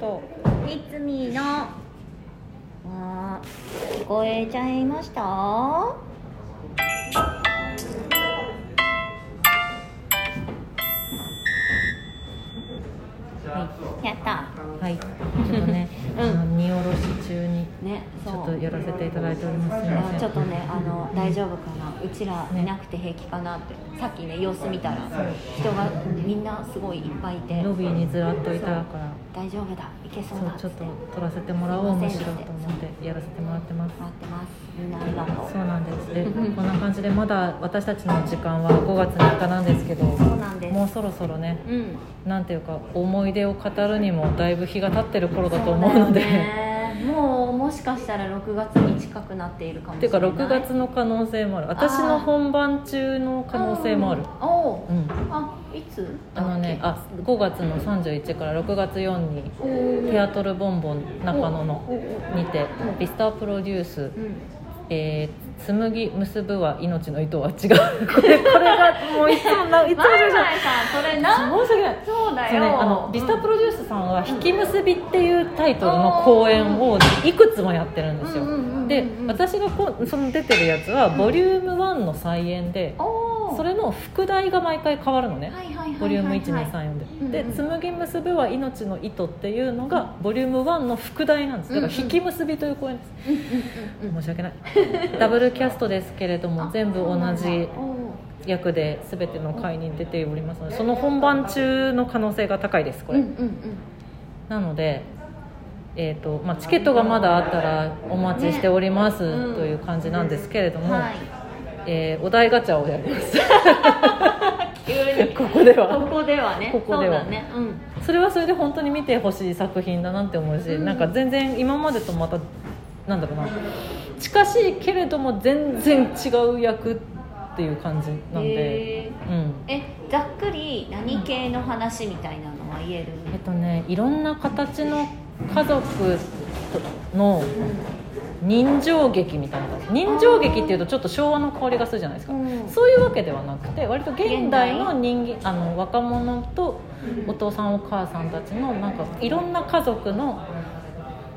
といつみのあー聞こえちゃいましたははいやったはい、ちょっとね、うんあの荷下ろし中にねちそうょっとやらせていただいております。すみませあんちょっとねあの大丈夫かなうちらいなくて平気かなってさっきね様子見たら人がみんなすごいいっぱいいてロビーにずらっといたから、大丈夫だいけそそううだちょっつてと撮らせてもらおうすいまむせんしろと思ってやらせてもらってます。待ってますみんなありがとうそうなんです。で、うんこんな感じでまだ私たちの時間は5月3日なんですけど、そうなんですもうそろそろね、うんなんていうか思い出を語るにもだいぶ日が経ってる頃だと思うので。そうだよねもうもしかしたら6月に近くなっているかもっしていれうなかい6月の可能性もある私の本番中の可能性もあうるんおううんあいつあのねあ5月の31から6月4におーテアトルボンボン中野おうのおうにてビスタープロデュースうんえー紡ぎ結ぶは命の糸は違う これこれがもういつもないつもワイじワゃイさんそれな申し訳ないそうだそうね、よあのビスタプロデュースさんは「引き結び」っていうタイトルの公演をいくつもやってるんですようんうんうんうんうんで私がこうその出てるやつはボリューム1の再演でおーそれの副題が毎回変わるのねはいはいはいはいはいボリュームはい1234でうんうで「ん紡ぎ結ぶは命の糸」っていうのがボリューム1の副題なんですだかうら「んうん引き結び」という公演です申し訳ないダブルキャストですけれども全部同じお役で全ての回に出ておりますのでその本番中の可能性が高いですこーうんうれ、んうんなので、えーとまあ、チケットがまだあったらお待ちしております、うんという感じなんですけれども、はいえーお題ガチャをやります急に ここでこはこではねここでそはうだねうんそれはそれで本当に見てほしい作品だなって思うし、うんなんか全然今までとまたなんだろうな近しいけれども全然違う役っていう感じなんで、へーうんえざっくり何系の話みたいなのは言えるえっとねいろんな形の家族の人情劇みたいな感じ人情劇っていうとちょっと昭和の香りがするじゃないですか、うんそういうわけではなくて割と現代の現代人間あの若者とうんお父さんお母さんたちのなんかいろんな家族の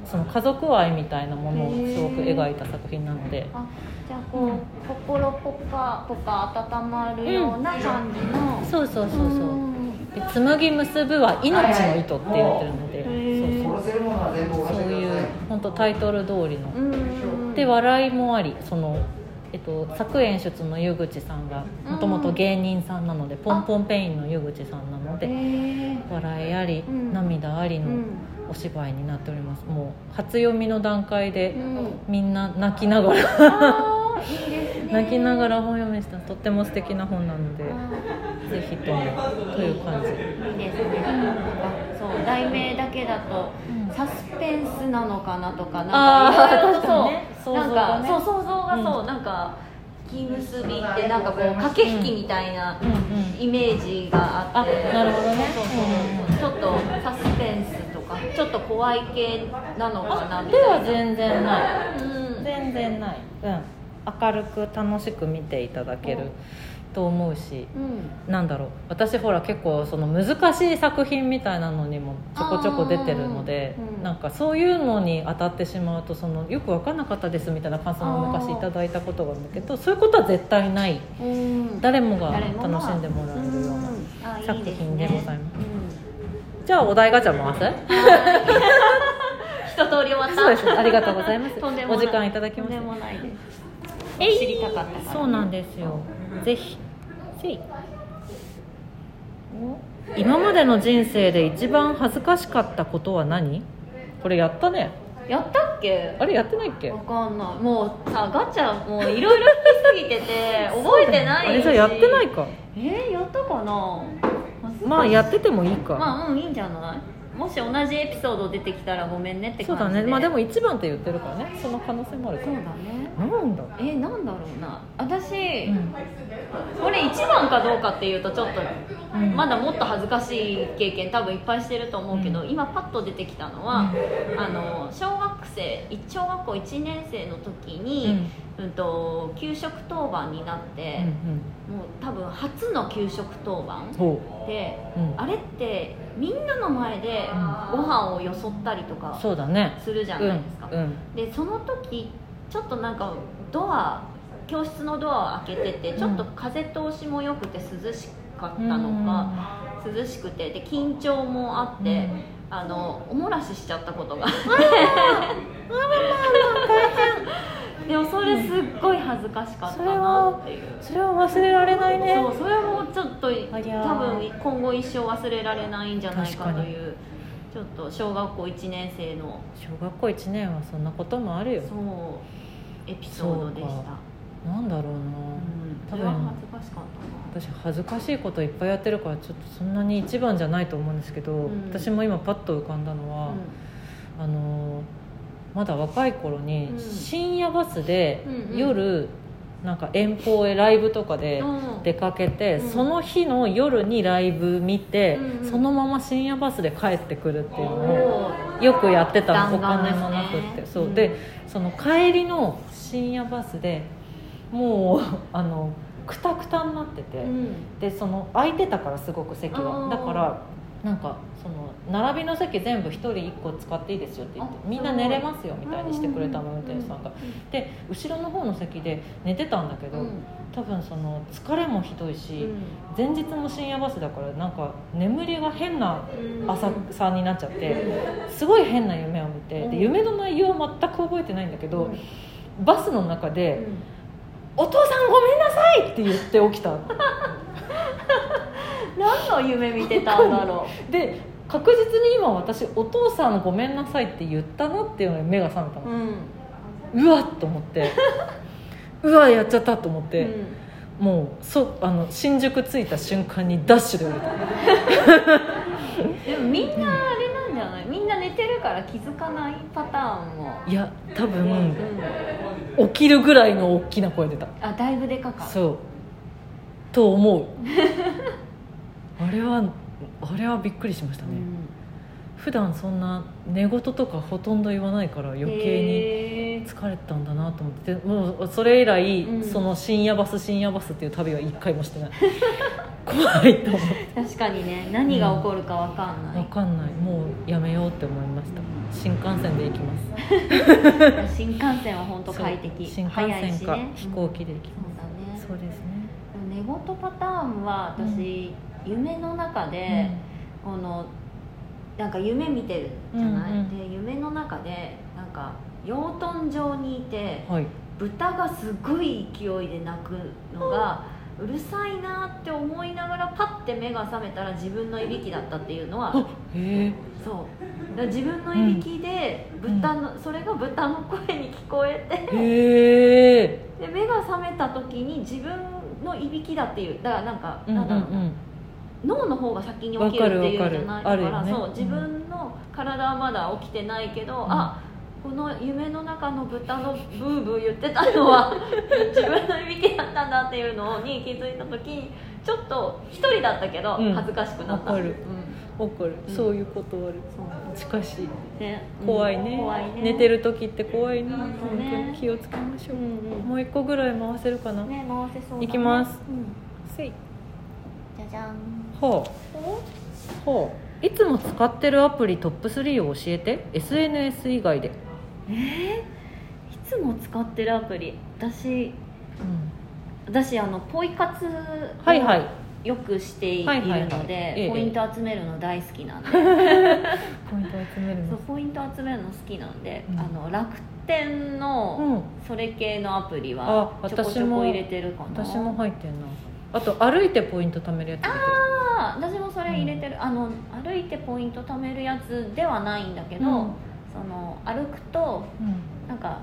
その家族愛みたいなものをすごく描いた作品なのであじゃあこう、心ポカポカ温まるような感じの、そうそうそうそううんで紡ぎ結ぶは命の糸って言ってるので、へーそう殺せるものは全部おそう貸そうしいくださうい本当タイトル通りのうんで笑いもありその、えっと、作演出の湯口さんがもともと芸人さんなので、ポンポンペインの湯口さんなのへでー笑いあり、うん涙ありうのんお芝居になっておりますもう初読みの段階で、うんみんな泣きながらあーいいですね 泣きながら本読みしたとっても素敵な本なのであぜひともという感じーいいですねあそう題名だけだと、うんサスペンスなのかなとかなあんーかいろいろ確かにねそう想なん像かがねそう想像がそう、うんなんか引き結びってなんかこう駆け引きみたいな、うんうんイメージがあってあなるほどねそううそうそうちょっとサスペンスとかちょっと怖い系なのかなあみでたいはな全然ないうん全然ない、うん、明るく楽しく見ていただけると思うしうんなんだろう私ほら結構その難しい作品みたいなのにもちょこちょこ出てるのであー、うんなんかそういうのに当たってしまうとそのよく分かんなかったですみたいな感想も昔いただいたことがあるんだけどそういうことは絶対ないうん誰もが誰もが楽しんでもらえるようなあ作品でございいいますですじゃあお題ガチャ回すねうん一通り終わったそうですありがとうございますとんでもなお時間いただきましたとんでもないですえい知りたかったからそうなんですよぜひせい今までの人生で一番恥ずかしかったことは何これやったねやったっけあれやってないっけわかんないもうさガチャもういろいろ聞きすぎて て覚えてないしあれじゃやってないかえー、やったかな恥ずかしいまあやっててもいいか、まあうんいいんじゃないもし同じエピソード出てきたらごめんねってそ感うじでだねまあでも一番って言ってるからねその可能性もあるかそうらだねなんだえー、なんだろうな私、うんこれ一番かどうかっていうとちょっとうんまだもっと恥ずかしい経験多分いっぱいしてると思うけど、今パッと出てきたのは、あの小学生い小学校1年生の時に、うんと給食当番になって、もう多分初の給食当番ほでう、うん、あれってみんなの前でうんご飯をよそったりとかそうだねするじゃないですか、うんうんでその時ちょっとなんかドア教室のドアを開けててちょっと風通しも良くて涼しかったのか、涼しくてで緊張もあって、うんあのおもらししちゃったこと がでもそれすっごい恥ずかしかったなっていう。それは忘れられないねそうそれもちょっとありゃ多分今後一生忘れられないんじゃないか確とかにいうちょっと小学校1年生の小学校1年はそんなこともあるよそうエピソードでしそうたかなんだろうな、うん多そ分れは恥ずかしかったな私恥ずかしいこといっぱいやってるからちょっとそんなに一番じゃないと思うんですけど、ん私も今パッと浮かんだのは、あのーまだ若い頃にうん深夜バスでうんうん夜なんか遠方へライブとかでうん出かけて、うんその日の夜にライブ見て、うんうんそのまま深夜バスで帰ってくるっていうのをおよくやってたのお弾丸で金すねもなくってそう、うんでその帰りの深夜バスでもうあのくたくたになってて、ーうんでその空いてたからすごく席あはーだからなんかその並びの席全部1人1個使っていいですよって言ってあみんな寝れますよみたいにしてくれたのうん運うんうん転手さんがで後ろの方の席で寝てたんだけうど、ん多分その疲れもひどいし、う前日の深夜バスだからなんか眠りが変なんうん朝うんさんになっちゃってすごい変な夢を見てで夢の内容は全く覚えてないんだけうどんバスの中うでん「お父さんごめんなさい!」って言って起きた何の夢見てたんだろで確実に今私お父さんごめんなさいって言ったなっていうのに目が覚めたう、うの、んうわっと思って うわやっちゃったと思っうて、んもうそあの新宿着いた瞬間にダッシュで降りたでもみんなあれなんじゃないみんな寝てるから気づかないパターンも、いや多うん分起きるぐらいの大きな声出たあだいぶでかかったそうと 思うあれはあれはびっくりしましたうね、ん普段そんな寝言とかほとんど言わないから余計にへー疲れたんだなと思ってでもうそれ以来、うんその深夜バス深夜バスっていう旅は一回もして ない怖いと思って確かにね何が起こるかわかんない、分かんないもうやめようって思いました新幹線で行きま す新幹線は本当快そう適新幹早いし線かね飛行機で行きうんそうだねます、そうですね寝言パターンは私、夢の中で、このなんか夢見てるじゃない、うんうんで夢の中でなんか養豚場にいてうんはい豚がすごい勢いで鳴くのがうるさいなって思いながらパッて目が覚めたら自分のいびきだったっていうのはあへえそうだから自分のいびきでうん豚の、それが豚の声に聞こえてへえで目が覚めた時に自分のいびきだっていうだからなんか、うんうなんだろうん脳の方が先に起きるっていうじゃないだわかるかわかるらあるよそねう自分の体はまだ起きてないけど、うんあこの夢の中の豚のブーブー言ってたのは 自分のいびきだったんだっていうのに気づいた時にちょっと一人だったけどうん恥ずかしくなった、わうんかるうんわかる、うんそういうことあるそう近しいねうん怖いね,、怖いね寝てる時って怖いね本当ね本当に気をつけましょう、うんもう一個ぐらい回せるかな、うんね回せそうだねいきますうんせいじゃじゃんほうおほういつも使ってるアプリトップ3を教えて SNS 以外で、いつも使ってるアプリ私私あのポイ活をはいはいよくしているはいはいはいのええでポイント集めるの大好きなん でポイント集めるそうポイント集めるの好きなんで、うんあの楽天のうんそれ系のアプリはあちょこちょ私もこ入れてるかな私も入ってんなあと歩いてポイント貯めるやつ出てるあ私もそれ入れてる、あの歩いてポイント貯めるやつではないんだけど、うんその歩くとうんなんか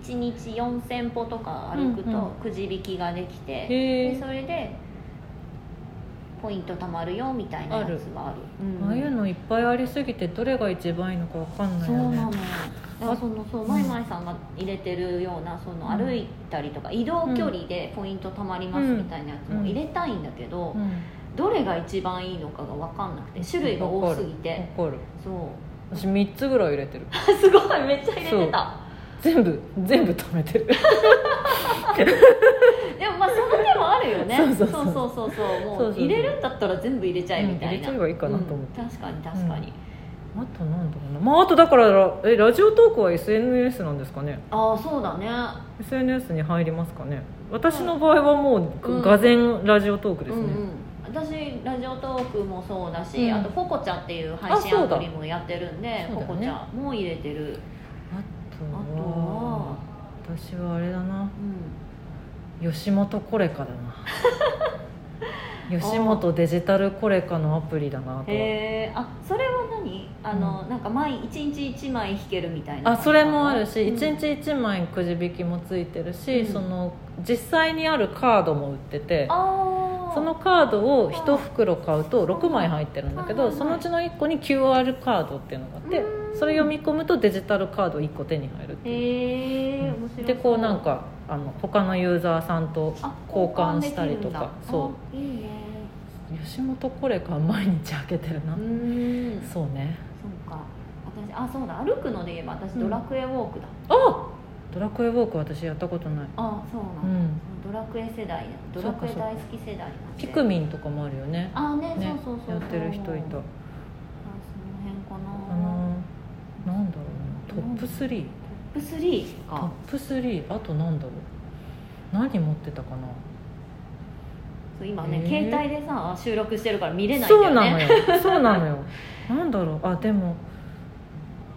1日4000歩とか歩くうんうんとくじ引きができて、でへえそれでポイント貯まるよみたいなやつはあるうんああいうのいっぱいありすぎてどれが一番いいのかわかんないそようなのねよだからそのそうまいまいさんが入れてるようなそのうん歩いたりとか移動距離でポイント貯まりますみたいなやつも入れたいんだけど、うんどれが一番いいのかが分かんなくて種類が多すぎてわかるそう私3つぐらい入れてるあすごいめっちゃ入れてた全部全部貯めてるでもまあその手もあるよねそそうそううそそううそうそうもそうそううそう入れるんだったら全部入れちゃえみたいな、うん入れちゃえばいいかなと思ってうん確かに確かに、うんあとなんだろうなまああとだからえラジオトークは SNS なんですかねああそうだね SNS に入りますかね私の場合はもうががぜんラジオトークですうんうね、ん私ラジオトークもそうだし、うんあとポコチャっていう配信あそアうだプリもやってるんで、そうポだねコチャも入れてるあとあとはは、私はあれだなうん、吉本コレカだ な吉本デジタルコレカのアプリだなとへえあそれは何あの、なんか毎一日一枚弾けるみたいなあそれもあるし、うん一1日1枚くじ引きもついてるし、うんその実際にあるカードも売っててああそのカードを1袋買うと6枚入ってるんだけはいどはいそのうちの1個に QR カードっていうのがあってうんそれ読み込むとデジタルカード1個手に入るっていうへえ面白いでこうなんかあの他のユーザーさんとあ交換したりとか交換そできるんだあいいねう吉本コレカ毎日開けてるうな、ーんそそうねうか私あそうだ歩くので言えば私ドラクエウォークだ、あドラクエウォーク私やったことないあそうなんだ、うんドラクエ世代なドラクエ大好き世代なんでピクミンとかもあるよねあねねそうそうそうそうやってる人いたあその辺かあな、のーなんだろうなトップ3トップ3トッかプ3あとなんだろう何持ってたかなそう今ねへー携帯でさ収録してるから見れないんだよねそうなのよそう なのよなんだろうあでも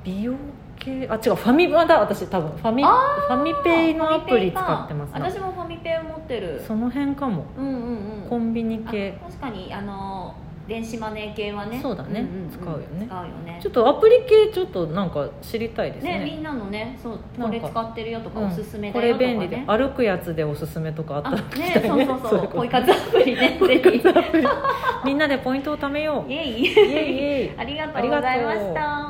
美容系あ違うファミマだ私多分ファミフあァミペイのアプリ使ってますファミペイか私もファミペイ持ってるその辺かもうんうんうんコンビニあ系確かにあの電子マネー系はねそうだねんんん使うよね使うよねちょっとアプリ系ちょっとなんか知りたいですねみねんなのねそうなこんかれ使ってるよとかうんおすすめこだよとれか便利でね歩くやつでおすすめとかあったあらね聞きたい ねそうそういそう ことポイ活アプリねぜひみんなでポイントを貯めようイエイイエイイエイありがとうございまありしがとた